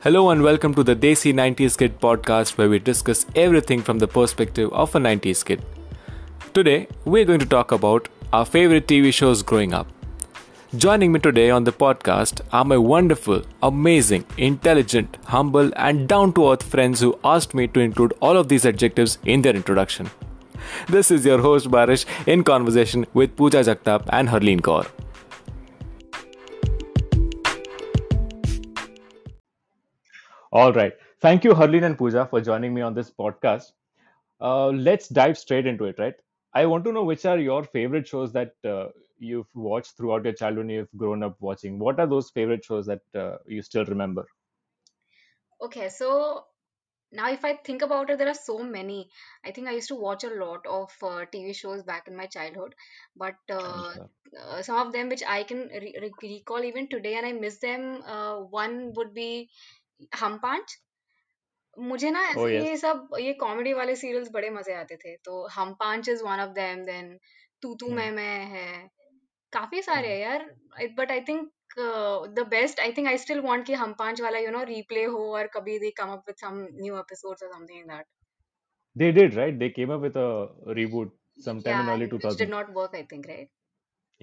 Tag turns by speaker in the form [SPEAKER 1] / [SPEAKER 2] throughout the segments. [SPEAKER 1] Hello and welcome to the Desi 90s Kid podcast where we discuss everything from the perspective of a 90s kid. Today, we're going to talk about our favorite TV shows growing up. Joining me today on the podcast are my wonderful, amazing, intelligent, humble, and down to earth friends who asked me to include all of these adjectives in their introduction. This is your host Barish in conversation with Pooja Jagtap and Harleen Kaur. All right. Thank you, Harleen and Pooja, for joining me on this podcast. Uh, let's dive straight into it, right? I want to know which are your favorite shows that uh, you've watched throughout your childhood and you've grown up watching. What are those favorite shows that uh, you still remember?
[SPEAKER 2] Okay, so now if I think about it, there are so many. I think I used to watch a lot of uh, TV shows back in my childhood, but uh,
[SPEAKER 1] Okay.
[SPEAKER 2] uh, some of them which I can re re recall even today and I miss them. Uh, one would be हम पांच मुझे ना
[SPEAKER 1] Oh,
[SPEAKER 2] ऐसे
[SPEAKER 1] yes.
[SPEAKER 2] ये सब ये comedy वाले serials बड़े मजे आते थे तो Hum Paanch is one of them then Tu Tu
[SPEAKER 1] Hmm.
[SPEAKER 2] मैं मैं है काफी सारे
[SPEAKER 1] Hmm.
[SPEAKER 2] हैं यार but I think the best I think I still want कि हम पांच वाला यू नो रीप्ले हो और कभी they come up with some new episodes और something like that
[SPEAKER 1] They did, right? They came up with a reboot sometime in
[SPEAKER 2] yeah
[SPEAKER 1] early
[SPEAKER 2] which did
[SPEAKER 1] 2000s.
[SPEAKER 2] not work I think right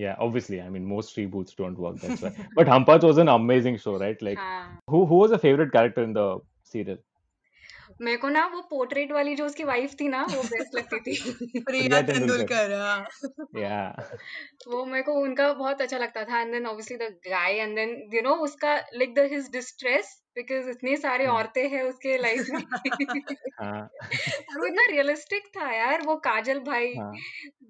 [SPEAKER 1] Yeah, obviously. I mean, most reboots don't work. That's why. But Hampach was an amazing show, right? Like,
[SPEAKER 2] हाँ
[SPEAKER 1] who who was a favorite character in the serial?
[SPEAKER 2] मेरे को ना वो portrait वाली जो उसकी wife थी ना वो बेस्ट लगती थी
[SPEAKER 3] प्रिया
[SPEAKER 1] Priya Tendulkar.
[SPEAKER 3] तेंदुलकर हाँ
[SPEAKER 1] Yeah.
[SPEAKER 2] वो मेरे को उनका बहुत अच्छा लगता था and then obviously the guy and then you know उसका like the his distress because इतनी सारी
[SPEAKER 1] Hmm.
[SPEAKER 2] औरतें हैं उसके लाइफ में
[SPEAKER 1] हाँ
[SPEAKER 2] और वो इतना रियलिस्टिक था यार वो काजल भाई
[SPEAKER 1] हाँ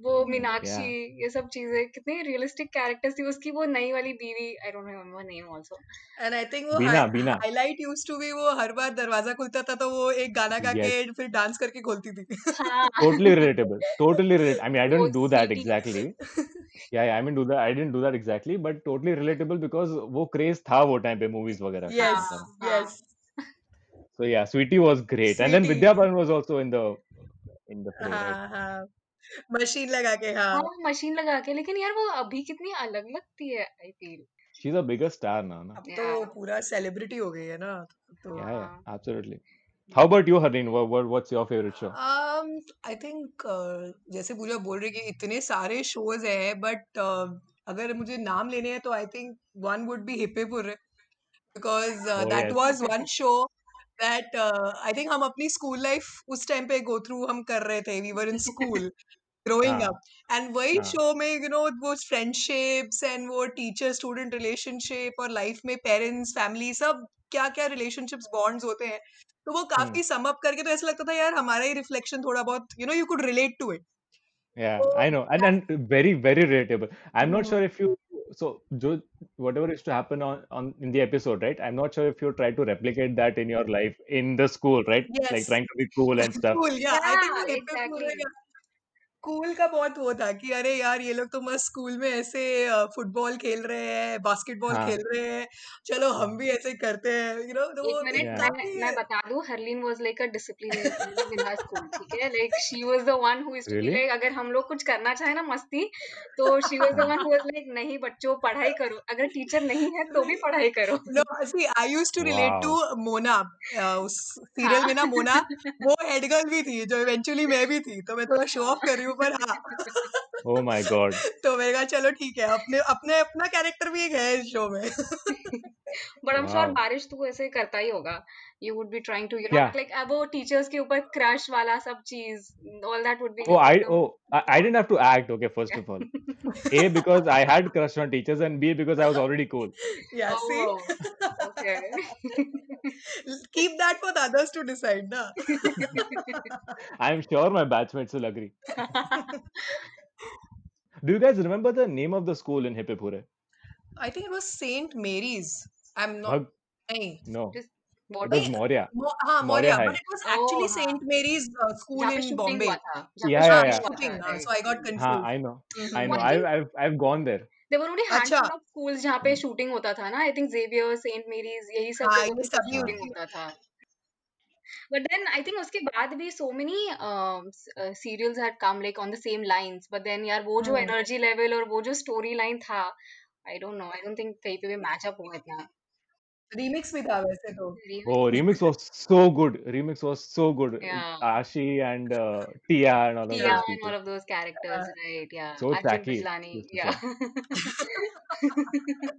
[SPEAKER 2] वो मीनाक्षी
[SPEAKER 1] yeah
[SPEAKER 2] ये सब चीजें कितनी रियलिस्टिक कैरेक्टर्स थी उसकी वो नई वाली बीवी I don't remember name also
[SPEAKER 3] and I think वो
[SPEAKER 1] Beena Beena
[SPEAKER 3] highlight use to भी वो हर बार दरवाजा खुलता था तो वो एक गाना गा के
[SPEAKER 1] yes
[SPEAKER 3] फिर डांस करके खोलती थी
[SPEAKER 2] हाँ
[SPEAKER 1] totally relatable totally relate I mean I
[SPEAKER 2] वो
[SPEAKER 1] didn't do that
[SPEAKER 2] Sweety
[SPEAKER 1] exactly yeah, yeah I mean do that I didn't do that exactly but totally relatable because वो craze था वो time पे movies वगैरह का
[SPEAKER 3] यस
[SPEAKER 1] मतलब
[SPEAKER 2] हाँ
[SPEAKER 3] यस
[SPEAKER 2] हाँ
[SPEAKER 1] so yeah Sweetie was great and then
[SPEAKER 3] Sweety
[SPEAKER 1] Vidya Balan was also in the in the fray right
[SPEAKER 3] हाँ हाँ मशीन लगा के हाँ
[SPEAKER 2] हाँ मशीन लगा के लेकिन यार वो अभी कितनी अलग लगती है I feel
[SPEAKER 1] she's a bigger star now na
[SPEAKER 3] अब तो
[SPEAKER 2] या
[SPEAKER 3] वो पूरा सेलिब्रिटी हो गई है ना तो
[SPEAKER 1] yeah yeah
[SPEAKER 2] हाँ
[SPEAKER 1] absolutely how about you Harleen what, what what's your favorite show
[SPEAKER 3] I think uh, जैसे पूजा बोल रही कि इतने सारे शोज हैं बट अगर मुझे नाम लेने हैं तो I think one would be hip hip hurray because
[SPEAKER 1] oh
[SPEAKER 3] that
[SPEAKER 1] yes
[SPEAKER 3] was one show that I think uh, हम अपनी स्कूल लाइफ उस टाइम पे गो थ्रू हम कर रहे थे we were in school growing
[SPEAKER 1] हाँ
[SPEAKER 3] अप एंड वही
[SPEAKER 1] हाँ
[SPEAKER 3] शो में यू नो वो फ्रेंडशिप्स एंड वो टीचर स्टूडेंट रिलेशनशिप और लाइफ में पेरेंट्स फैमिली सब क्या क्या रिलेशनशिप्स बॉन्ड्स होते हैं तो वो
[SPEAKER 1] hmm.
[SPEAKER 3] काफी सम अप करके तो ऐसा लगता था यार हमारा ही रिफ्लेक्शन थोड़ा बहुत you know you could relate to it
[SPEAKER 1] Yeah,
[SPEAKER 3] तो
[SPEAKER 1] I know, and and very very relatable. I'm not
[SPEAKER 3] hmm,
[SPEAKER 1] sure if you so jo, whatever is to happen on on in the episode, right? I'm not sure if you try to replicate that in your life in the school, right? Like
[SPEAKER 3] yes
[SPEAKER 1] trying to be cool and stuff.
[SPEAKER 3] cool yeah i think वो
[SPEAKER 2] या
[SPEAKER 3] hippie पूरा
[SPEAKER 2] exactly
[SPEAKER 3] या school का बहुत वो था कि अरे यार ये लोग तो मस्त स्कूल में ऐसे फुटबॉल खेल रहे हैं बास्केटबॉल
[SPEAKER 1] हाँ,
[SPEAKER 3] खेल रहे हैं चलो हम
[SPEAKER 1] हाँ,
[SPEAKER 3] भी ऐसे करते हैं यू नो तो
[SPEAKER 2] एक
[SPEAKER 3] वो
[SPEAKER 2] मिनट
[SPEAKER 3] एक
[SPEAKER 1] yeah,
[SPEAKER 2] मैं
[SPEAKER 3] काफी
[SPEAKER 2] मैं बता दूं Harleen was like a disciplinarian in her school ठीक है like she was the one who is to be
[SPEAKER 1] really?
[SPEAKER 2] Like अगर हम लोग कुछ करना चाहे ना मस्ती तो शी वाज द
[SPEAKER 1] हाँ,
[SPEAKER 2] वन हु वाज लाइक नहीं बच्चों पढ़ाई करो अगर टीचर नहीं है तो भी पढ़ाई करो
[SPEAKER 3] no see I use to relate to
[SPEAKER 1] wow,
[SPEAKER 3] Mona uh, उस सीरियल में ना
[SPEAKER 2] हाँ
[SPEAKER 3] मोना वो हेड गर्ल भी थी जो इवेंचुअली मैं भी थी तो मैं थोड़ा शो ऑफ कर रही हूँ पर हाँ
[SPEAKER 1] oh my God,
[SPEAKER 3] तो मैंने कहा चलो ठीक है अपने अपने अपना कैरेक्टर भी एक है इस शो में
[SPEAKER 2] but I am sure
[SPEAKER 1] wow,
[SPEAKER 2] Barish तू ऐसे करता ही होगा you would be trying to you know
[SPEAKER 1] yeah.
[SPEAKER 2] Like वो टीचर्स के ऊपर क्रश वाला सब चीज all that would be
[SPEAKER 1] Oh, I
[SPEAKER 2] एकदम
[SPEAKER 1] oh I, I didn't have to act. Okay, first of all, A because I had crush on teachers, and B because I was already cool. oh.
[SPEAKER 2] "Oh,
[SPEAKER 3] yeah see
[SPEAKER 2] oh okay
[SPEAKER 3] keep that for the others to decide na
[SPEAKER 1] I'm sure my batchmates will agree. Do you guys remember the name of the school in Hippipure?
[SPEAKER 3] i think it was saint mary's i'm not
[SPEAKER 1] Hug?
[SPEAKER 3] nahi
[SPEAKER 1] No,
[SPEAKER 2] just
[SPEAKER 1] it
[SPEAKER 2] what
[SPEAKER 1] was
[SPEAKER 3] nahi
[SPEAKER 1] Maurya.
[SPEAKER 3] Mo, हाँ
[SPEAKER 1] Maurya
[SPEAKER 3] Maurya but
[SPEAKER 1] High.
[SPEAKER 3] it was
[SPEAKER 2] oh
[SPEAKER 3] actually
[SPEAKER 2] हाँ
[SPEAKER 3] saint mary's uh, school
[SPEAKER 2] जहाँ पे
[SPEAKER 3] in
[SPEAKER 2] shooting
[SPEAKER 3] bombay
[SPEAKER 2] हुआ था जहाँ पे
[SPEAKER 1] Yeah,
[SPEAKER 3] हाँ
[SPEAKER 1] yeah,
[SPEAKER 2] shooting
[SPEAKER 1] yeah. Mm-hmm.
[SPEAKER 2] हुआ था
[SPEAKER 3] shooting
[SPEAKER 2] राइट
[SPEAKER 3] हाँ so i got
[SPEAKER 1] Huh,
[SPEAKER 3] confused
[SPEAKER 1] I know. I
[SPEAKER 3] hmm
[SPEAKER 1] know.
[SPEAKER 2] I
[SPEAKER 1] I've
[SPEAKER 2] think
[SPEAKER 1] I've I've gone there.
[SPEAKER 2] there were only
[SPEAKER 3] अच्छा
[SPEAKER 2] handful of schools जहाँ पे
[SPEAKER 1] Hmm.
[SPEAKER 2] शूटिंग होता था ना I think Xavier Saint Mary's यही सब
[SPEAKER 3] हाँ
[SPEAKER 2] जगह
[SPEAKER 3] ये
[SPEAKER 2] पे सब
[SPEAKER 3] सभी
[SPEAKER 2] शूटिंग
[SPEAKER 1] हाँ.
[SPEAKER 3] उनकी
[SPEAKER 2] होता था But then I think उसके बाद भी so many um, s- uh, serials had come like on the same lines. But then यार वो जो
[SPEAKER 3] हम्म
[SPEAKER 2] energy level और वो जो story line था, I don't know. I don't think कहीं पे भी match up हुआ इतना.
[SPEAKER 3] रीमिक्स भी था वैसे तो
[SPEAKER 2] Remix
[SPEAKER 1] Oh,
[SPEAKER 2] was
[SPEAKER 1] remix
[SPEAKER 2] good.
[SPEAKER 1] was so good. Remix was so good.
[SPEAKER 2] Yeah.
[SPEAKER 1] Ashi and uh, Tia and all of those
[SPEAKER 2] Tia
[SPEAKER 3] Yeah.
[SPEAKER 2] and all
[SPEAKER 1] people.
[SPEAKER 2] of those characters, right? Yeah.
[SPEAKER 1] So
[SPEAKER 2] Arjun
[SPEAKER 1] tacky.
[SPEAKER 2] Bijlani.
[SPEAKER 1] This is
[SPEAKER 2] Yeah.
[SPEAKER 1] all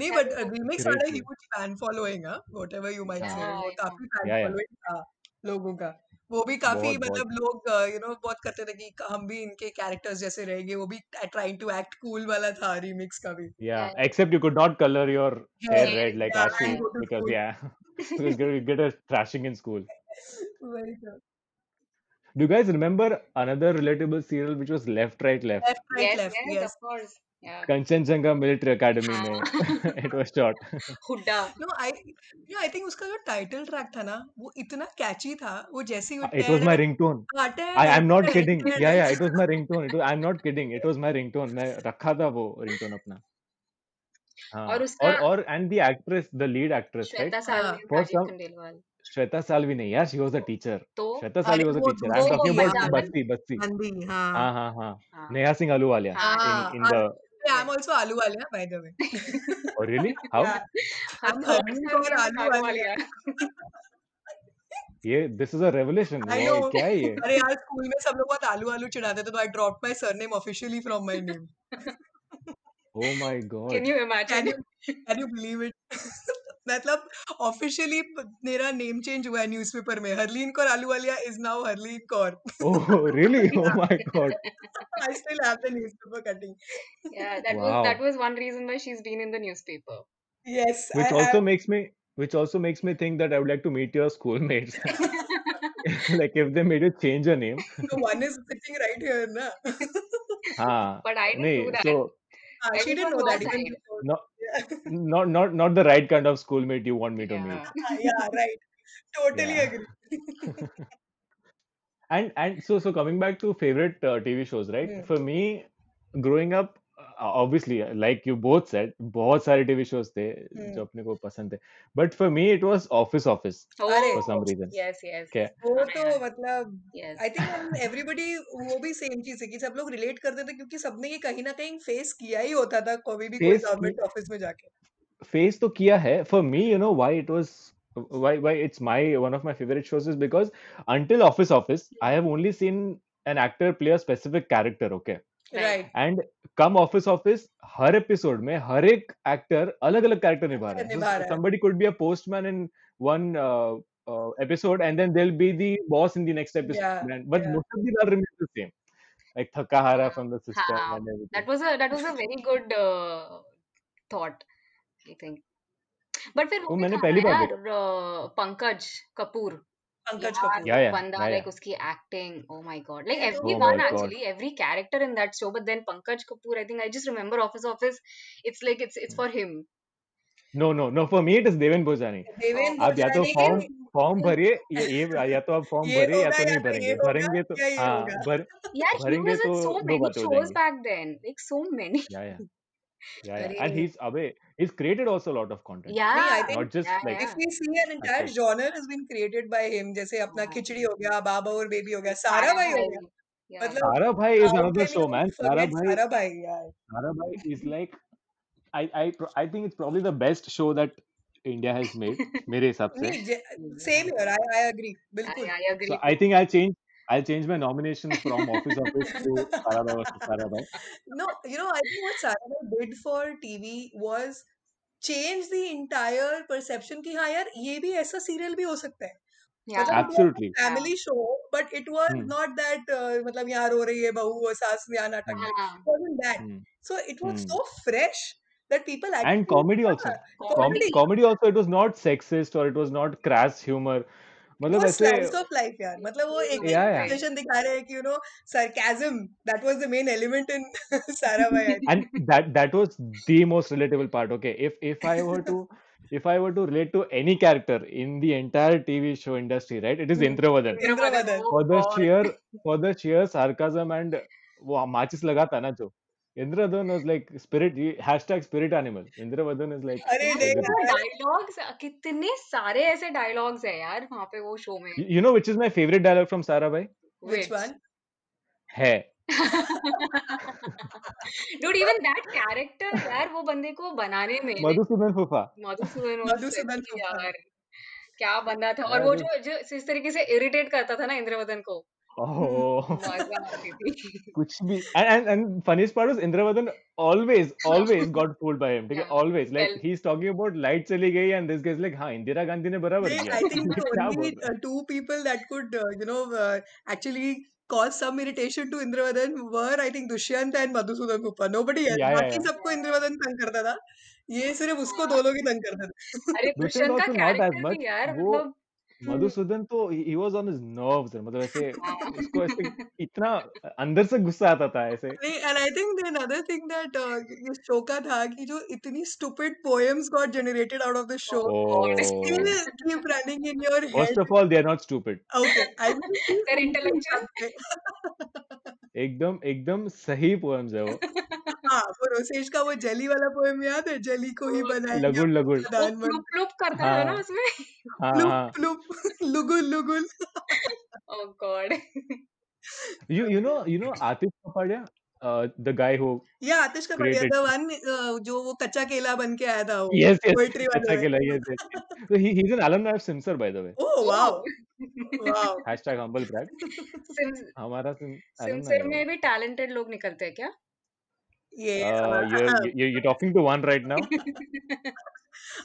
[SPEAKER 3] नहीं
[SPEAKER 2] That
[SPEAKER 3] but
[SPEAKER 2] was,
[SPEAKER 3] remix वाला
[SPEAKER 1] crazy.
[SPEAKER 3] Huge fan following है whatever you might
[SPEAKER 1] Yeah,
[SPEAKER 3] से
[SPEAKER 2] yeah,
[SPEAKER 3] वो
[SPEAKER 2] yeah.
[SPEAKER 3] काफी fan
[SPEAKER 1] yeah, yeah.
[SPEAKER 3] Following था लोगों का वो भी काफी
[SPEAKER 1] बहुत बहुत
[SPEAKER 3] मतलब लोग यू नो बहुत करते थे कि हम भी इनके कैरेक्टर्स जैसे रहेंगे वो भी ट्राइंग टू एक्ट कूल वाला था रीमिक्स का भी
[SPEAKER 1] Yeah,
[SPEAKER 2] Yeah.
[SPEAKER 1] except you could not color your hair
[SPEAKER 3] hair
[SPEAKER 1] red like
[SPEAKER 3] या and
[SPEAKER 1] Ashi
[SPEAKER 3] go to
[SPEAKER 1] because
[SPEAKER 3] school
[SPEAKER 1] yeah, because you get a thrashing in school.
[SPEAKER 3] वही तो
[SPEAKER 1] Do you guys remember another relatable serial which was Left Right Left?
[SPEAKER 3] Left right
[SPEAKER 2] Yes,
[SPEAKER 3] left
[SPEAKER 2] yes, of
[SPEAKER 3] yes
[SPEAKER 2] course. Yeah.
[SPEAKER 1] Kanchenjunga military academy में
[SPEAKER 2] हाँ.
[SPEAKER 1] it was shot.
[SPEAKER 2] Hooda.
[SPEAKER 3] No I you know I think उसका जो title track था ना वो इतना कैची था वो जैसे ही वो
[SPEAKER 1] It was
[SPEAKER 3] टेड
[SPEAKER 1] my ringtone.
[SPEAKER 3] हाँ
[SPEAKER 1] I
[SPEAKER 3] टेड
[SPEAKER 1] am not
[SPEAKER 3] टेड
[SPEAKER 1] kidding.
[SPEAKER 3] टेड
[SPEAKER 1] Yeah, yeah, it was my ringtone. It was, I'm not kidding. It was my ringtone. मैं रखा था वो ringtone अपना.
[SPEAKER 2] और
[SPEAKER 1] हाँ.
[SPEAKER 2] उसका
[SPEAKER 1] और और and the actress, the lead actress, right?
[SPEAKER 2] Shweta Salvi और
[SPEAKER 3] हाँ
[SPEAKER 1] For
[SPEAKER 2] Rajiv
[SPEAKER 1] some
[SPEAKER 2] Khandelwal
[SPEAKER 1] Shweta Salvi नहीं यार, she was a teacher.
[SPEAKER 2] तो
[SPEAKER 1] Shweta
[SPEAKER 3] अरे
[SPEAKER 1] Salvi was a
[SPEAKER 3] वो
[SPEAKER 1] teacher.
[SPEAKER 3] वो
[SPEAKER 1] I'm
[SPEAKER 2] वो
[SPEAKER 1] talking about
[SPEAKER 2] यजामन
[SPEAKER 3] यजामन
[SPEAKER 1] Basti, Basti.
[SPEAKER 3] Nandi हाँ
[SPEAKER 1] हाँ हाँ हाँ
[SPEAKER 2] हाँ
[SPEAKER 1] नेहा सिंह अहलूवालिया
[SPEAKER 2] हाँ
[SPEAKER 1] in
[SPEAKER 3] हाँ
[SPEAKER 1] in the
[SPEAKER 3] I am
[SPEAKER 2] yes
[SPEAKER 3] also Ahluwalia by the way
[SPEAKER 1] oh really how
[SPEAKER 3] yeah I
[SPEAKER 2] her
[SPEAKER 3] am
[SPEAKER 2] third
[SPEAKER 3] Harneet
[SPEAKER 2] में
[SPEAKER 3] और
[SPEAKER 2] भी
[SPEAKER 3] आलू
[SPEAKER 2] आलू
[SPEAKER 3] वालिया
[SPEAKER 2] वालिया
[SPEAKER 1] ये this is a revelation
[SPEAKER 3] I know
[SPEAKER 1] wow क्या है ये
[SPEAKER 3] अरे यार स्कूल में सब लोग बहुत आलू आलू चिढ़ाते थे तो I drop my surname officially from my name
[SPEAKER 1] oh my
[SPEAKER 2] can
[SPEAKER 1] god
[SPEAKER 2] you imagine
[SPEAKER 3] can you can you believe it मतलब ऑफिशियली मेरा नेम चेंज हुआ है न्यूज़पेपर में Harleen Kaur Ahluwalia is now Harleen Kaur
[SPEAKER 1] oh really oh
[SPEAKER 3] yeah
[SPEAKER 1] my god
[SPEAKER 3] I still have the newspaper cutting
[SPEAKER 2] Yeah, that was that
[SPEAKER 1] wow
[SPEAKER 2] was one reason why she's been in the newspaper.
[SPEAKER 3] Yes
[SPEAKER 1] which
[SPEAKER 3] I
[SPEAKER 1] also
[SPEAKER 3] have
[SPEAKER 1] makes me which also makes me think that I would like to meet your schoolmates like if they made you change your name
[SPEAKER 3] no one is sitting right here ना
[SPEAKER 1] हाँ
[SPEAKER 2] But I didn't do
[SPEAKER 1] नहीं
[SPEAKER 2] that.
[SPEAKER 1] so
[SPEAKER 3] Ah, she didn't
[SPEAKER 2] Everyone
[SPEAKER 3] know
[SPEAKER 2] was
[SPEAKER 3] that even
[SPEAKER 2] right.
[SPEAKER 3] before.
[SPEAKER 1] not
[SPEAKER 3] Yeah,
[SPEAKER 1] not not not the right kind of schoolmate you want me to meet
[SPEAKER 2] Yeah.
[SPEAKER 3] yeah, right. Totally
[SPEAKER 1] yeah
[SPEAKER 3] agree.
[SPEAKER 1] and and so so coming back to favorite uh, TV shows right
[SPEAKER 3] Hmm.
[SPEAKER 1] for me growing up uh, obviously uh, like you both said बहुत सारे TV shows थे
[SPEAKER 3] Hmm.
[SPEAKER 1] जो अपने को पसंद थे but for me it was Office Office
[SPEAKER 3] अरे
[SPEAKER 1] for some
[SPEAKER 2] Oh,
[SPEAKER 1] reason
[SPEAKER 2] yes, yes.
[SPEAKER 1] okay
[SPEAKER 3] वो तो
[SPEAKER 2] I,
[SPEAKER 3] मतलब
[SPEAKER 2] yes.
[SPEAKER 3] आई थिंक हम एवरीबody वो भी सेम चीज है कि सब लोग रिलेट करते थे क्योंकि सबने ये कहीं ना कहीं फेस किया ही होता था कभी भी कोई
[SPEAKER 1] face की
[SPEAKER 3] गवर्नमेंट ऑफिस में जाके
[SPEAKER 1] face तो किया है for me you know why it was why why it's my one of my favorite shows is because until Office Office I have only seen an actor play a specific character okay
[SPEAKER 2] Right.
[SPEAKER 3] Right
[SPEAKER 1] and come office office हर episode में हर एक actor अलग अलग character निभा रहा है
[SPEAKER 3] निभा
[SPEAKER 1] सो
[SPEAKER 3] रहा है
[SPEAKER 1] somebody could be a postman in one uh, uh, episode and then they'll be the boss in the next
[SPEAKER 3] yeah
[SPEAKER 1] episode and, but
[SPEAKER 3] yeah
[SPEAKER 1] most of these are remain the same like Thakahara
[SPEAKER 2] Uh,
[SPEAKER 1] from the system
[SPEAKER 2] huh.
[SPEAKER 1] and
[SPEAKER 2] That
[SPEAKER 1] everything
[SPEAKER 2] was a that was a very good uh, thought, I think. But फिर वो
[SPEAKER 1] वो
[SPEAKER 2] भी
[SPEAKER 1] मैंने
[SPEAKER 2] था
[SPEAKER 1] पहली
[SPEAKER 2] ना
[SPEAKER 1] बार
[SPEAKER 2] यार
[SPEAKER 1] देखा
[SPEAKER 2] अ, पंकज कपूर
[SPEAKER 3] पंकज
[SPEAKER 2] यार
[SPEAKER 3] कपूर
[SPEAKER 1] या
[SPEAKER 2] वो
[SPEAKER 1] या
[SPEAKER 2] बंदा
[SPEAKER 1] या
[SPEAKER 2] लाइक
[SPEAKER 1] या
[SPEAKER 2] उसकी oh acting oh my god like
[SPEAKER 3] अरे
[SPEAKER 2] every
[SPEAKER 1] oh
[SPEAKER 2] one
[SPEAKER 1] my god
[SPEAKER 2] actually every character in that show but then Pankaj Kapoor I think I just remember office office it's like it's
[SPEAKER 1] Hmm.
[SPEAKER 2] It's for him
[SPEAKER 1] no no no for me it is Deven Bhojani
[SPEAKER 3] Deven
[SPEAKER 2] oh
[SPEAKER 1] आप या तो
[SPEAKER 3] भोजानी के
[SPEAKER 1] form form भरिए या ये या तो आप फॉर्म
[SPEAKER 3] ये
[SPEAKER 1] भरिए या
[SPEAKER 3] होगा
[SPEAKER 1] तो नहीं
[SPEAKER 3] या ये
[SPEAKER 1] भरेंगे
[SPEAKER 3] होगा
[SPEAKER 1] भरेंगे तो
[SPEAKER 3] या ये
[SPEAKER 1] हाँ
[SPEAKER 3] होगा
[SPEAKER 1] भर
[SPEAKER 2] यार ही
[SPEAKER 1] भरेंगे
[SPEAKER 2] वाज
[SPEAKER 1] तो
[SPEAKER 2] इन सो
[SPEAKER 1] दो
[SPEAKER 2] मेनी
[SPEAKER 1] बातें हो
[SPEAKER 2] शोज
[SPEAKER 1] जाएंगी
[SPEAKER 2] back then like so many
[SPEAKER 1] yeah yeah Yeah, yeah,
[SPEAKER 3] अरे
[SPEAKER 1] and he's away. He's created also a lot of content,
[SPEAKER 2] या
[SPEAKER 3] नहीं I think
[SPEAKER 1] not just
[SPEAKER 2] yeah
[SPEAKER 1] like
[SPEAKER 3] if
[SPEAKER 2] yeah
[SPEAKER 3] we see an entire
[SPEAKER 1] actors.
[SPEAKER 3] genre has been created by him जैसे अपना खिचड़ी हो गया बाबा और baby हो गया सारा
[SPEAKER 2] सारा
[SPEAKER 3] भाई हो गया
[SPEAKER 2] भाई या
[SPEAKER 3] मतलब
[SPEAKER 1] Sara Bhai is
[SPEAKER 3] how
[SPEAKER 1] another
[SPEAKER 3] can
[SPEAKER 1] show,
[SPEAKER 3] you
[SPEAKER 1] man. Sara
[SPEAKER 3] forget
[SPEAKER 1] Bhai,
[SPEAKER 3] सारा भाई यार
[SPEAKER 1] Sara Bhai is like I, I, pro- I think it's probably the best show that India has made. मेरे हिसाब से.
[SPEAKER 3] नहीं same
[SPEAKER 2] I
[SPEAKER 3] here I I agree बिल्कुल
[SPEAKER 2] I
[SPEAKER 1] So
[SPEAKER 2] agree
[SPEAKER 1] I think I'll change. I'll change my nomination from Office Office to Sara Bhai versus Sara Bhai.
[SPEAKER 3] no you know i think what sara bhai did for tv was change the entire perception कि हाँ यार ये भी ऐसा serial भी हो सकता है
[SPEAKER 2] या
[SPEAKER 3] मतलब it was a
[SPEAKER 1] Absolutely.
[SPEAKER 2] या
[SPEAKER 3] family show but it was
[SPEAKER 1] Hmm.
[SPEAKER 3] not that uh, मतलब यहाँ रो रही है बहू और सास यहाँ नाटक
[SPEAKER 1] Hmm.
[SPEAKER 3] कर
[SPEAKER 2] हाँ
[SPEAKER 3] it wasn't that
[SPEAKER 1] Hmm.
[SPEAKER 3] so it was
[SPEAKER 1] Hmm.
[SPEAKER 3] so fresh that people
[SPEAKER 1] And
[SPEAKER 3] actually
[SPEAKER 1] comedy
[SPEAKER 3] हाँ,
[SPEAKER 1] also. Com-
[SPEAKER 2] comedy
[SPEAKER 1] comedy
[SPEAKER 3] comedy
[SPEAKER 1] also. It was not sexist or it was not crass humor.
[SPEAKER 3] it
[SPEAKER 1] मतलब
[SPEAKER 3] was
[SPEAKER 1] ऐसे
[SPEAKER 3] slice of life यार मतलब वो एक एक
[SPEAKER 1] yeah yeah.
[SPEAKER 2] Right
[SPEAKER 3] situation दिखा रहे हैं कि you know sarcasm that was the main element in सारा भाई आई
[SPEAKER 1] and that that was the most relatable part okay if if i were to
[SPEAKER 3] think
[SPEAKER 1] if i were to relate to any character in the entire tv show industry right
[SPEAKER 3] Hmm.
[SPEAKER 1] it is indravadan
[SPEAKER 2] Indravadan
[SPEAKER 3] Indravadan
[SPEAKER 2] oh
[SPEAKER 1] for the
[SPEAKER 2] God
[SPEAKER 1] sheer for the sheer sarcasm and वो माचिस लगा था ना जो Indravadan was like spirit hashtag spirit animal Indravadan is like
[SPEAKER 3] अरे
[SPEAKER 2] यार
[SPEAKER 3] नहीं
[SPEAKER 1] everything
[SPEAKER 2] वो
[SPEAKER 3] यार
[SPEAKER 2] डायलॉग्स कितने सारे ऐसे डायलॉग्स है यार वहां पे वो शो में
[SPEAKER 1] you, you know which is my favorite dialogue from Sarabhai
[SPEAKER 3] which
[SPEAKER 2] which
[SPEAKER 3] one
[SPEAKER 1] है
[SPEAKER 2] dude even that character यार वो बंदे को बनाने में like,
[SPEAKER 1] मधुसूदन फूफा
[SPEAKER 2] मधुसूदन was
[SPEAKER 3] मधुसूदन
[SPEAKER 2] such-
[SPEAKER 3] फूफा
[SPEAKER 2] यार क्या बंदा था और
[SPEAKER 1] यार
[SPEAKER 2] वो
[SPEAKER 1] वो-
[SPEAKER 2] जो जो जिस तरीके से इरिटेट करता था ना इंद्रवदन को
[SPEAKER 1] oh
[SPEAKER 2] मजा आती थी
[SPEAKER 1] कुछ भी and and, and funniest part was Indravadhan always always got fooled by him ठीक है
[SPEAKER 2] yeah
[SPEAKER 1] always like
[SPEAKER 2] well
[SPEAKER 1] he's talking about light चली गई and this guy's like हाँ इंदिरा गांधी ने बराबर
[SPEAKER 3] They,
[SPEAKER 1] किया
[SPEAKER 3] I think, were
[SPEAKER 1] क्या बोल
[SPEAKER 3] only
[SPEAKER 1] रहा
[SPEAKER 3] uh, two people that could, uh, you know, uh, actually cause some irritation to Indravadhan were, I think, Dushyant and Madhusudan Gupta. Nobody
[SPEAKER 1] है
[SPEAKER 3] else.
[SPEAKER 1] yeah yeah
[SPEAKER 3] बाकी
[SPEAKER 1] yeah
[SPEAKER 3] सबको
[SPEAKER 2] yeah
[SPEAKER 3] Indravadan तंग करता था ये सिर्फ उसको
[SPEAKER 2] हाँ
[SPEAKER 3] दो लोग ही तंग करते थे
[SPEAKER 2] अरे
[SPEAKER 1] दुष्यंत
[SPEAKER 2] दुष्यंत का
[SPEAKER 1] also तो not as
[SPEAKER 2] कैरेक्टर
[SPEAKER 1] much
[SPEAKER 2] भी यार
[SPEAKER 1] वो
[SPEAKER 2] मतलब हम्म,
[SPEAKER 1] मधुसूदन तो ही वाज ऑन हिज नर्व्स मतलब ऐसे उसको ऐसे
[SPEAKER 2] हाँ
[SPEAKER 1] इतना अंदर से गुस्सा आता था ऐसे
[SPEAKER 3] नहीं and I think the another thing that uh, ये शो का था कि जो इतनी stupid poems got generated out of the show
[SPEAKER 2] Oh
[SPEAKER 3] they still
[SPEAKER 1] oh
[SPEAKER 3] keep running in your
[SPEAKER 1] first
[SPEAKER 3] head
[SPEAKER 1] of all they are not stupid
[SPEAKER 3] okay I will be
[SPEAKER 2] they're
[SPEAKER 3] thinking
[SPEAKER 2] intellectual
[SPEAKER 3] okay
[SPEAKER 1] एकदम एकदम सही poems है वो
[SPEAKER 3] हाँ वो रोसेश का वो जली वाला पोएम याद है जली को ही
[SPEAKER 2] वो
[SPEAKER 3] बनाएंगे
[SPEAKER 1] लगुड़ लगुड़
[SPEAKER 2] वो
[SPEAKER 3] प्रधान
[SPEAKER 2] प्लुप
[SPEAKER 3] मंत्री
[SPEAKER 2] प्लुप करता था ना
[SPEAKER 1] हाँ
[SPEAKER 2] उसमें
[SPEAKER 1] हाँ
[SPEAKER 3] प्लुप
[SPEAKER 1] हाँ
[SPEAKER 3] प्लुप लुगुल लुगुल
[SPEAKER 2] oh god
[SPEAKER 1] You you know you know Atif Kapadia, uh, the guy who
[SPEAKER 3] या आतिश का बढ़िया
[SPEAKER 1] created.
[SPEAKER 3] था वन जो वो कच्चा केला बन के आया
[SPEAKER 2] Oh,
[SPEAKER 3] था वो
[SPEAKER 1] Yes, yes,
[SPEAKER 3] पोएट्री वाले
[SPEAKER 1] Kacha
[SPEAKER 3] में
[SPEAKER 1] Kela. Yes, yes, yes. So he, he's an alumni of Simsar, by the way.
[SPEAKER 3] Oh
[SPEAKER 2] oh
[SPEAKER 3] wow wow
[SPEAKER 1] Hashtag humble brag.
[SPEAKER 2] SIMS
[SPEAKER 1] हमारा सिम alumni
[SPEAKER 2] सिमसर
[SPEAKER 1] है वो.
[SPEAKER 2] में भी टैलेंटेड लोग निकलते हैं क्या
[SPEAKER 3] हाँ, ये
[SPEAKER 1] Uh, you're you're you're talking to one right now.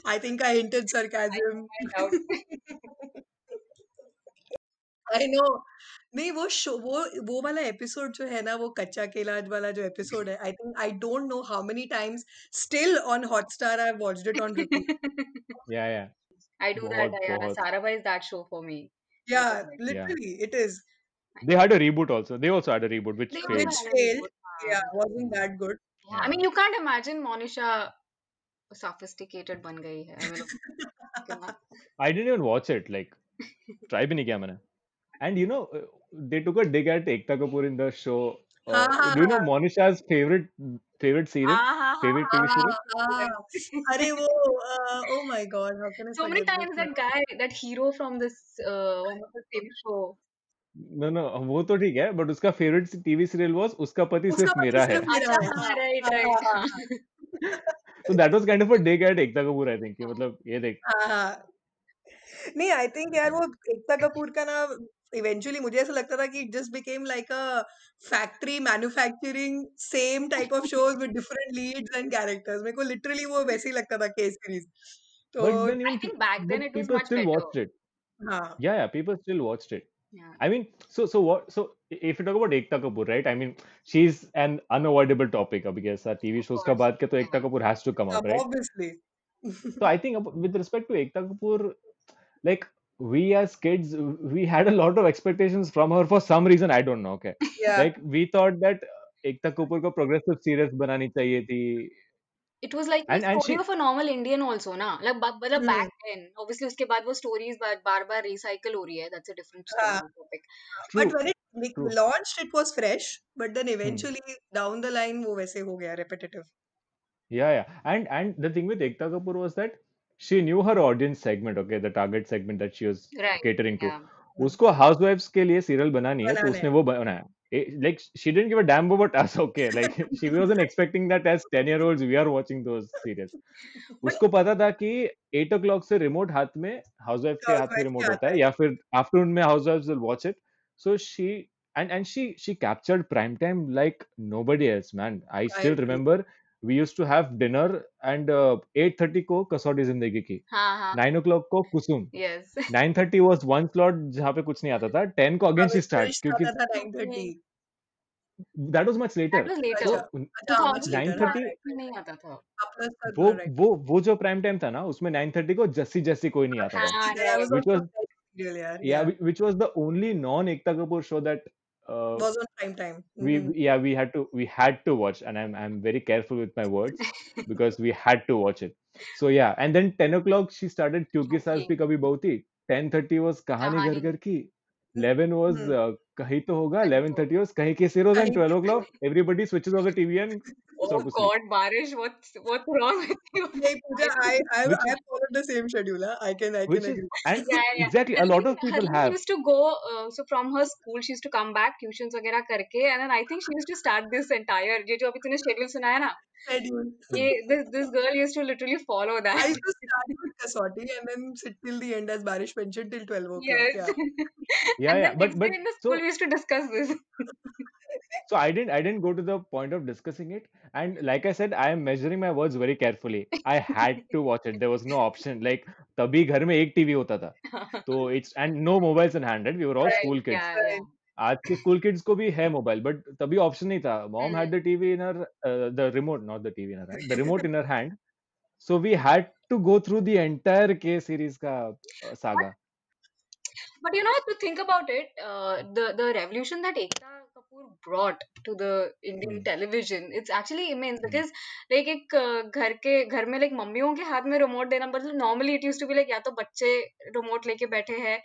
[SPEAKER 3] I think I hinted
[SPEAKER 2] I
[SPEAKER 3] sarcasm
[SPEAKER 2] doubt
[SPEAKER 3] I know नहीं वो शो वो वो वाला एपिसोड जो है ना वो कच्चा केला वाला जो एपिसोड है I think I don't know how many times still on Hotstar I watched it on repeat
[SPEAKER 1] Yeah, yeah.
[SPEAKER 2] I do that
[SPEAKER 1] बहुत
[SPEAKER 2] yeah
[SPEAKER 1] बहुत.
[SPEAKER 2] Sarabhai is that show for me I
[SPEAKER 3] Yeah,
[SPEAKER 2] love it
[SPEAKER 1] Yeah.
[SPEAKER 3] literally, it is.
[SPEAKER 2] I
[SPEAKER 1] They had a reboot also. They also had a reboot which
[SPEAKER 2] They also
[SPEAKER 1] failed.
[SPEAKER 3] Which
[SPEAKER 2] had a
[SPEAKER 3] failed.
[SPEAKER 2] reboot.
[SPEAKER 3] Yeah,
[SPEAKER 2] हाँ.
[SPEAKER 3] wasn't
[SPEAKER 1] Hmm.
[SPEAKER 3] that good.
[SPEAKER 2] Yeah, I
[SPEAKER 1] Yeah.
[SPEAKER 2] mean, you can't imagine Monisha sophisticated बन गई है. I mean, कितना
[SPEAKER 1] I didn't even watch it. Like try भी नहीं किया मैंने. And you know uh, they took a dig at Ekta Kapoor in the show.
[SPEAKER 3] हाँ
[SPEAKER 1] Uh,
[SPEAKER 3] हाँ
[SPEAKER 1] do you know Monisha's favorite favorite series,
[SPEAKER 2] हाँ हाँ हाँ
[SPEAKER 1] favorite TV
[SPEAKER 3] हाँ
[SPEAKER 1] series?
[SPEAKER 3] हाँ अरे
[SPEAKER 2] हाँ.
[SPEAKER 3] वो oh oh my god how can I
[SPEAKER 2] So many
[SPEAKER 3] forget
[SPEAKER 2] times
[SPEAKER 3] this
[SPEAKER 2] that guy, that hero from this uh,
[SPEAKER 3] Oh
[SPEAKER 2] one of the same show.
[SPEAKER 1] No no वो तो ठीक है बट उसका फेवरेट टीवी सीरियल वाज उसका पति
[SPEAKER 3] उसका
[SPEAKER 1] सिर्फ
[SPEAKER 3] पति
[SPEAKER 1] मेरा है
[SPEAKER 3] सिर्फ मेरा
[SPEAKER 2] अच्छा
[SPEAKER 3] है हाँ
[SPEAKER 2] हाँ right
[SPEAKER 3] हाँ
[SPEAKER 2] right
[SPEAKER 3] हाँ
[SPEAKER 2] हाँ.
[SPEAKER 1] तो that was kind of a day at Ekta Kapoor I think मतलब ये देख
[SPEAKER 3] हाँ हाँ नहीं आई थिंक यार वो एकता कपूर का ना इवेंचुअली मुझे ऐसा लगता था कि it just became like a factory manufacturing same type of shows with different leads and characters मेरे को लिटरली वो वैसे ही लगता था के सीरीज तो
[SPEAKER 1] but then
[SPEAKER 2] I
[SPEAKER 1] even
[SPEAKER 2] think back then
[SPEAKER 1] but people
[SPEAKER 2] it was much
[SPEAKER 1] still
[SPEAKER 2] better.
[SPEAKER 1] Watched it
[SPEAKER 3] हाँ
[SPEAKER 1] yeah yeah people still watched it
[SPEAKER 2] Yeah.
[SPEAKER 1] i mean so so what so if you talk about ekta kapoor right i mean she's an unavoidable topic ab because our tv
[SPEAKER 2] Of
[SPEAKER 1] shows ka
[SPEAKER 2] course.
[SPEAKER 1] baat kiya to ekta
[SPEAKER 2] Yeah.
[SPEAKER 1] kapoor has to come up
[SPEAKER 3] Um,
[SPEAKER 1] right
[SPEAKER 3] obviously.
[SPEAKER 1] so i think ab- with respect to ekta kapoor like we as kids we had a lot of expectations from her for some reason i don't know okay
[SPEAKER 3] yeah.
[SPEAKER 1] like we thought that ekta kapoor ko progressive series banani chahiye thi
[SPEAKER 2] It was like the
[SPEAKER 1] and and
[SPEAKER 2] story
[SPEAKER 1] she
[SPEAKER 2] of a normal Indian also ना like ba- मतलब
[SPEAKER 3] Hmm.
[SPEAKER 2] back then obviously उसके बाद वो stories बार बार बार recycle हो रही है that's a different
[SPEAKER 3] Uh,
[SPEAKER 2] story topic
[SPEAKER 3] but
[SPEAKER 1] true
[SPEAKER 3] when it like,
[SPEAKER 1] true
[SPEAKER 3] launched, it was fresh. But then
[SPEAKER 1] hmm.
[SPEAKER 3] eventually, down the line, वो वैसे हो गया repetitive.
[SPEAKER 1] Yeah, yeah. And and the thing with Ekta Kapoor was that she knew her audience segment, okay, the target segment that she was
[SPEAKER 2] right
[SPEAKER 1] catering to.
[SPEAKER 2] yeah
[SPEAKER 3] Hmm.
[SPEAKER 1] हाँ। उसको housewives के लिए serial बनानी है तो
[SPEAKER 3] बनाना
[SPEAKER 1] उसने वो बनाया like she didn't give a damn about us okay like she wasn't expecting that as 10 year olds we are watching those serials
[SPEAKER 3] but
[SPEAKER 1] उसको पता था कि 8 o'clock से रिमोट हाथ में हाउसवाइफ के हाथ में
[SPEAKER 3] housewife
[SPEAKER 1] रिमोट
[SPEAKER 3] क्या
[SPEAKER 1] होता
[SPEAKER 3] आता
[SPEAKER 1] है
[SPEAKER 3] है?
[SPEAKER 1] या फिर आफ्टरनून में housewives will watch it so she and and she she captured prime time like nobody else man i
[SPEAKER 3] I
[SPEAKER 1] still
[SPEAKER 3] agree.
[SPEAKER 1] remember we used to have dinner and uh, 8.30 को कसौटी जिंदगी की
[SPEAKER 2] हाँ हाँ
[SPEAKER 1] 9 o'clock को कुसुम
[SPEAKER 2] yes
[SPEAKER 1] 9.30 was one slot जहाँ पे कुछ नहीं आता था 10 को अगेन
[SPEAKER 3] हमें
[SPEAKER 1] she starts
[SPEAKER 3] British
[SPEAKER 1] क्योंकि
[SPEAKER 3] हाँ, आता था नाइन थर्टी
[SPEAKER 1] हम्म,
[SPEAKER 2] नहीं
[SPEAKER 1] that was much
[SPEAKER 2] that
[SPEAKER 1] later तो so
[SPEAKER 2] was later
[SPEAKER 3] अच्छा अच्छा हाँ मच लेटर हाँ
[SPEAKER 1] 9.30
[SPEAKER 3] राइट
[SPEAKER 2] में नहीं
[SPEAKER 3] राइट
[SPEAKER 2] आता था
[SPEAKER 3] आपका सर
[SPEAKER 1] वो
[SPEAKER 3] था राइट
[SPEAKER 1] वो वो जो प्राइम टाइम था ना उसमें 9.30 को जस्सी जस्सी कोई नहीं आता था
[SPEAKER 3] जैसी
[SPEAKER 2] हाँ
[SPEAKER 3] that I
[SPEAKER 2] right
[SPEAKER 1] which
[SPEAKER 3] was also
[SPEAKER 1] was
[SPEAKER 3] that serial यार
[SPEAKER 1] yeah
[SPEAKER 3] yeah
[SPEAKER 1] whi- which was the only non ekta kapoor show that uh,
[SPEAKER 3] was on prime time
[SPEAKER 1] we we- yeah we had to we had to watch and i'm i'm very careful with my words because we had to watch it so yeah and then 10 o'clock she started kyuki saas
[SPEAKER 2] okay
[SPEAKER 1] bhi kabhi Bahu Thi. 10:30 was kahani ghar
[SPEAKER 2] Kahaani
[SPEAKER 1] ghar ki 11 was uh, kahi to hoga
[SPEAKER 2] Kahin To
[SPEAKER 1] 11:30 was kahi ke zeros and
[SPEAKER 3] कहीं
[SPEAKER 1] 12 o'clock everybody switches off the tv and so
[SPEAKER 2] Oh
[SPEAKER 1] to sleep.
[SPEAKER 2] God, Barish, what's what's wrong with you?
[SPEAKER 3] Hey, Pooja,
[SPEAKER 2] I
[SPEAKER 3] I, I,
[SPEAKER 1] Which
[SPEAKER 3] I
[SPEAKER 1] is,
[SPEAKER 3] followed the same schedule. Huh? I can, I can
[SPEAKER 1] which is,
[SPEAKER 3] agree.
[SPEAKER 1] and
[SPEAKER 2] Yeah,
[SPEAKER 1] see,
[SPEAKER 2] yeah.
[SPEAKER 1] exactly, a
[SPEAKER 2] And
[SPEAKER 1] lot
[SPEAKER 2] even
[SPEAKER 1] of people
[SPEAKER 2] Harleen
[SPEAKER 1] have.
[SPEAKER 2] used to go, uh, so from her school, she used to come back, tuitions वगैरह करके, and then I think she used to start this entire, ये जो अभी तूने schedule सुनाया ना,
[SPEAKER 3] Schedule.
[SPEAKER 2] ये this this girl used to literally follow
[SPEAKER 3] I
[SPEAKER 2] that.
[SPEAKER 3] used to start with Kasauti and then sit till the end, as Barish mentioned, till 12 o'clock.
[SPEAKER 2] Yes.
[SPEAKER 3] Yeah.
[SPEAKER 1] Yeah,
[SPEAKER 2] And
[SPEAKER 1] yeah.
[SPEAKER 2] then
[SPEAKER 1] But,
[SPEAKER 2] next
[SPEAKER 1] but,
[SPEAKER 2] day in the school, we
[SPEAKER 1] so,
[SPEAKER 2] used to discuss this.
[SPEAKER 1] so I didn't, I didn't go to the point of discussing it. And like I said, I am measuring my words very carefully. I had to watch it. There was no option. Like, तभी घर में एक TV होता था. तो it's, and no mobiles in hand, right? We were all
[SPEAKER 2] Right.
[SPEAKER 1] school kids.
[SPEAKER 2] Yeah, yeah.
[SPEAKER 3] Right.
[SPEAKER 1] आज के school kids को भी है मोबाइल बट तभी ऑप्शन नहीं था mom had
[SPEAKER 2] Hmm.
[SPEAKER 1] The TV in her the remote not the TV in her hand the remote in her hand so we had to go through the entire के series का uh,
[SPEAKER 2] But
[SPEAKER 1] saga
[SPEAKER 2] But you know, to think about it, uh, the the revolution that Ekta Kapoor brought to the Indian
[SPEAKER 1] hmm
[SPEAKER 2] television, it's actually immense
[SPEAKER 1] हम्म
[SPEAKER 2] because like एक uh, घर के घर में like मम्मियों के हाथ में remote देना मतलब normally it used to be like या तो बच्चे remote लेके बैठे हैं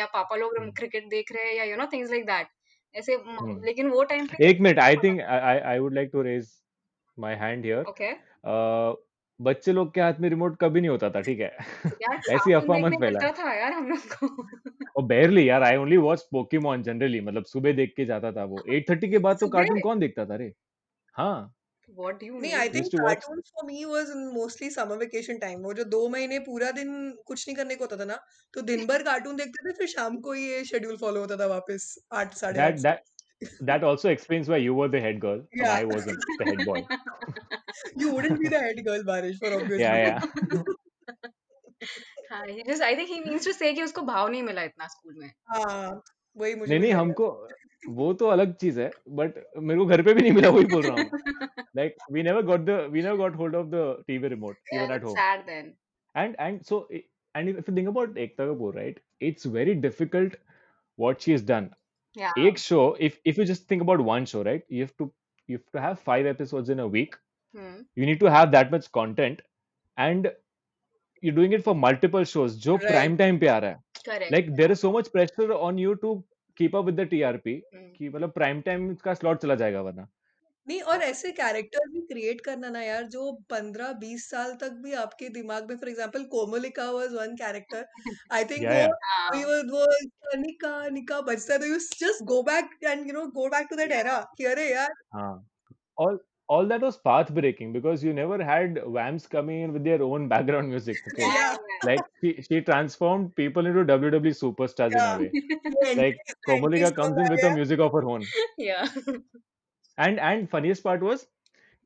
[SPEAKER 2] या पापा लोग
[SPEAKER 1] हम्म
[SPEAKER 2] क्रिकेट देख रहे हैं या you know things like that ऐसे म-
[SPEAKER 1] हम्म।
[SPEAKER 2] लेकिन वो टाइम पे
[SPEAKER 1] एक minute I think I I would like to raise my hand here
[SPEAKER 2] okay
[SPEAKER 1] Uh, बच्चे लोग के हाथ में रिमोट कभी नहीं होता था ठीक है
[SPEAKER 2] यार
[SPEAKER 1] ऐसी
[SPEAKER 2] कार्टून
[SPEAKER 1] अफवाह मत
[SPEAKER 2] देखने
[SPEAKER 1] फैला
[SPEAKER 2] मिलता था यार हम लोग को
[SPEAKER 1] और बेरली यार I only watch Pokemon generally मतलब सुबह देख के जाता था वो एट थर्टी के बाद तो कार्टून
[SPEAKER 2] सुबह
[SPEAKER 1] कौन देखता था रे हाँ
[SPEAKER 2] what do you
[SPEAKER 3] नहीं
[SPEAKER 2] mean
[SPEAKER 3] I
[SPEAKER 1] use
[SPEAKER 3] think
[SPEAKER 1] to watch
[SPEAKER 3] cartoons for me was mostly summer vacation time वो जो दो महीने पूरा दिन कुछ नहीं करने को होता था ना तो दिन भर कार्टून देखते थे फिर शाम को ये शेड्यूल फॉलो होता था वापस आठ साढ़े
[SPEAKER 1] that
[SPEAKER 3] आठ से
[SPEAKER 1] that that also explains why you were the head girl and
[SPEAKER 3] या
[SPEAKER 1] I wasn't the head boy.
[SPEAKER 3] You wouldn't be the head girl बारिश for obvious
[SPEAKER 1] yeah,
[SPEAKER 3] reason
[SPEAKER 1] yeah.
[SPEAKER 2] हाँ he just I think he means to say कि उसको भाव नहीं मिला इतना school में
[SPEAKER 3] हाँ वही मुझे
[SPEAKER 1] नहीं
[SPEAKER 3] भी
[SPEAKER 1] नहीं
[SPEAKER 3] लगा
[SPEAKER 1] हमको वो तो अलग चीज है बट मेरे को घर पे भी नहीं मिला वही बोल रहा हूँ like we never got the we never got hold of the TV remote
[SPEAKER 2] Yeah,
[SPEAKER 1] even at
[SPEAKER 2] that's
[SPEAKER 1] home
[SPEAKER 2] sad then.
[SPEAKER 1] and and so i- and if you think about Ekta Kapoor right it's very difficult what she has done
[SPEAKER 2] Yeah,
[SPEAKER 1] एक show if if you just think about one show right you have to you have to have five episodes in a week
[SPEAKER 2] hmm.
[SPEAKER 1] you need to have that much content and you're doing it for multiple shows जो
[SPEAKER 3] right
[SPEAKER 1] prime time पे आ रहा है
[SPEAKER 2] Correct.
[SPEAKER 1] like there is so much pressure on you to keep up with the TRP
[SPEAKER 2] Hmm.
[SPEAKER 1] कि मतलब prime time का slot चला जाएगा वरना
[SPEAKER 3] नहीं और ऐसे कैरेक्टर भी क्रिएट करना ना यार जो पंद्रह बीस साल तक भी आपके दिमाग में for example Komolika was one character I think
[SPEAKER 1] yeah
[SPEAKER 3] वो
[SPEAKER 1] या
[SPEAKER 2] Yeah.
[SPEAKER 3] वो वो इसका निका निका बजता है तो you just go back and you know go back to that era कि अरे यार
[SPEAKER 1] हाँ all all that was path breaking because you never had vamps coming in with their own background music okay
[SPEAKER 2] Yeah,
[SPEAKER 3] या
[SPEAKER 1] like she, she transformed people into wwe superstars in
[SPEAKER 3] या
[SPEAKER 1] a way
[SPEAKER 3] ये
[SPEAKER 1] like
[SPEAKER 3] entries
[SPEAKER 1] komolika
[SPEAKER 3] entries
[SPEAKER 1] comes
[SPEAKER 3] कब
[SPEAKER 1] in
[SPEAKER 3] आ
[SPEAKER 1] with a
[SPEAKER 3] गया
[SPEAKER 1] music of her own
[SPEAKER 2] yeah. Yeah.
[SPEAKER 1] and and funniest part was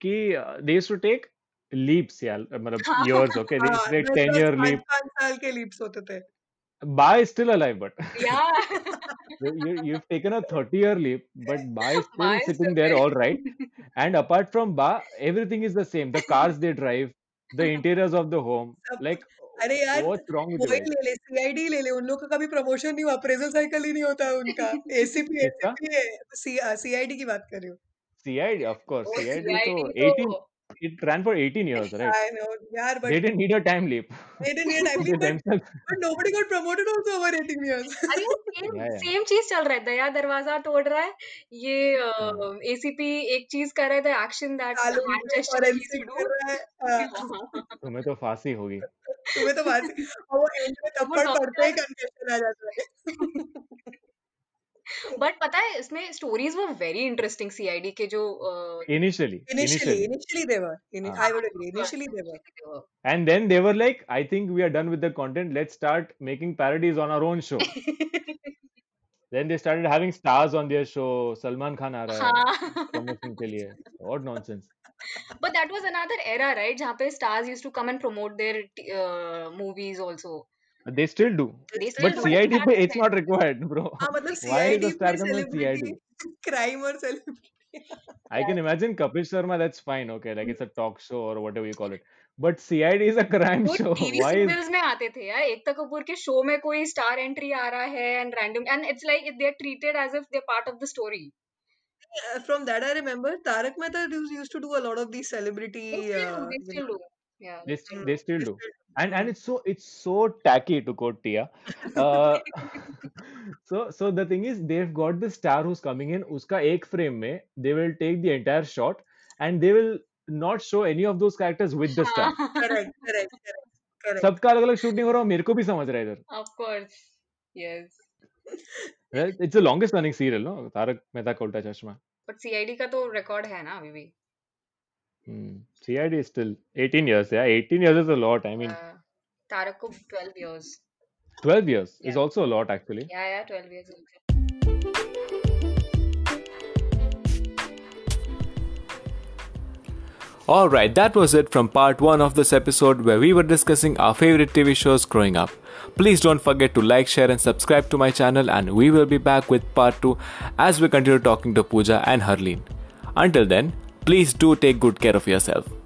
[SPEAKER 1] ki uh, they used to take leaps yeah matlab years okay they
[SPEAKER 3] हाँ
[SPEAKER 1] used to take 10
[SPEAKER 3] दस दस
[SPEAKER 1] year
[SPEAKER 3] पाँच
[SPEAKER 1] leap
[SPEAKER 3] पाँच साल के leaps होते थे
[SPEAKER 1] ba is still alive but
[SPEAKER 2] Yeah.
[SPEAKER 1] you, you you've taken a 30 year leap but ba is still
[SPEAKER 2] Why is
[SPEAKER 1] sitting
[SPEAKER 2] still
[SPEAKER 1] there all right
[SPEAKER 2] there?
[SPEAKER 1] and apart from ba everything is the same the cars they drive the interiors of the home
[SPEAKER 3] सब
[SPEAKER 1] like
[SPEAKER 3] अरे यार
[SPEAKER 1] what's wrong with you
[SPEAKER 3] वही
[SPEAKER 1] guys
[SPEAKER 3] ले ले CID ले ले उन लोग का कभी प्रमोशन नहीं हुआ अप्रेजल साइकिल ही नहीं होता है उनका एसीपी
[SPEAKER 1] किसका
[SPEAKER 3] एसीपी सीआईडी की बात कर रही हूँ
[SPEAKER 1] CID of course
[SPEAKER 2] Oh,
[SPEAKER 1] CID तो
[SPEAKER 2] CID
[SPEAKER 1] 18
[SPEAKER 2] तो.
[SPEAKER 1] it ran for 18 years right
[SPEAKER 3] I know यार
[SPEAKER 1] they
[SPEAKER 3] but
[SPEAKER 1] didn't need a time leap
[SPEAKER 3] they didn't need timely
[SPEAKER 1] they
[SPEAKER 3] but
[SPEAKER 1] themselves
[SPEAKER 3] but nobody got promoted also over 18 years
[SPEAKER 2] अरे वो same
[SPEAKER 1] yeah yeah
[SPEAKER 2] same चीज चल रहा है दया दरवाजा तोड़ रहा है ये
[SPEAKER 1] हाँ
[SPEAKER 2] एसीपी एक चीज कर रहा है द एक्शन दैट
[SPEAKER 3] सालों
[SPEAKER 2] हैंड
[SPEAKER 3] में
[SPEAKER 2] जेस्टर ही
[SPEAKER 3] फॉरेंसिक
[SPEAKER 2] टू
[SPEAKER 3] कर रहा है
[SPEAKER 2] डू
[SPEAKER 3] हाँ,
[SPEAKER 1] तुम्हें तो फांसी होगी
[SPEAKER 3] तुम्हें तो बात और वो एंड में
[SPEAKER 2] वो
[SPEAKER 3] थप्पड़ पड़ते ही
[SPEAKER 2] डॉक्टर
[SPEAKER 3] कंफेशन आ जाता है
[SPEAKER 2] बट पता है इसमें स्टोरीज वो वेरी इंटरेस्टिंग सीआईडी के जो uh,
[SPEAKER 1] initially
[SPEAKER 3] initially
[SPEAKER 1] initially
[SPEAKER 3] initially they were ini-
[SPEAKER 1] हाँ
[SPEAKER 3] I would
[SPEAKER 2] of
[SPEAKER 3] agree
[SPEAKER 2] course,
[SPEAKER 3] initially they were
[SPEAKER 2] initially they were.
[SPEAKER 1] and then they were like I think we are done with the content let's start making parodies on our own show then they started having stars on their show salman khan aa raha
[SPEAKER 2] हाँ
[SPEAKER 1] hai promotion के लिए what nonsense
[SPEAKER 2] but that was another era right जहाँ पे stars used to come and promote their uh, movies also
[SPEAKER 1] they still do
[SPEAKER 2] they
[SPEAKER 1] but
[SPEAKER 2] still do but to
[SPEAKER 1] cid
[SPEAKER 2] that
[SPEAKER 1] पे it's
[SPEAKER 2] extent
[SPEAKER 1] not required bro
[SPEAKER 3] हाँ
[SPEAKER 1] why
[SPEAKER 3] मतलब
[SPEAKER 1] is a
[SPEAKER 3] CID
[SPEAKER 1] star
[SPEAKER 3] पे
[SPEAKER 1] coming on
[SPEAKER 3] celebrity
[SPEAKER 1] cid
[SPEAKER 3] crime और celebrity
[SPEAKER 1] I can imagine Kapil Sharma, that's fine, okay, like it's a talk show or whatever you call it. But CID is a crime
[SPEAKER 2] वो
[SPEAKER 1] show.
[SPEAKER 2] TV
[SPEAKER 1] Why is
[SPEAKER 2] serials में आते थे यार एकता कपूर के show में कोई star entry आ रहा है and random and it's like they are treated as if they are part of the story
[SPEAKER 3] Uh, from that I remember Tarak Mehta used used to do a lot of these
[SPEAKER 2] they
[SPEAKER 3] celebrity
[SPEAKER 2] still do they still
[SPEAKER 3] uh, you know
[SPEAKER 2] do या
[SPEAKER 1] they,
[SPEAKER 2] they
[SPEAKER 1] s-
[SPEAKER 2] still
[SPEAKER 1] they still
[SPEAKER 3] they
[SPEAKER 1] do?
[SPEAKER 3] still
[SPEAKER 1] And and
[SPEAKER 3] do.
[SPEAKER 1] it's so it's so tacky to quote Tia. Uh, so so the thing is they've got the star who's coming in. Uska ek frame mein, they will take the entire shot and they will not show any of those characters with the star
[SPEAKER 3] correct correct correct correct
[SPEAKER 1] सबका अलग अलग shoot नहीं हो रहा मेरे को भी समझ रहा है इधर
[SPEAKER 2] of course yes
[SPEAKER 1] right? it's the longest running serial no Tarak Mehta का उल्टा चश्मा
[SPEAKER 2] but CID का तो record है ना अभी भी
[SPEAKER 1] Hmm. CID is still 18 years yeah 18 years is a lot I mean
[SPEAKER 2] uh, Tarak को 12 years
[SPEAKER 1] 12 years is
[SPEAKER 2] Yeah.
[SPEAKER 1] also a lot actually
[SPEAKER 2] yeah yeah 12 years
[SPEAKER 1] Alright, that was it from part 1 of this episode where we were discussing our favorite TV shows growing up. Please don't forget to like, share, and subscribe to my channel, and we will be back with part 2 as we continue talking to Pooja and Harleen. Until then, please do take good care of yourself.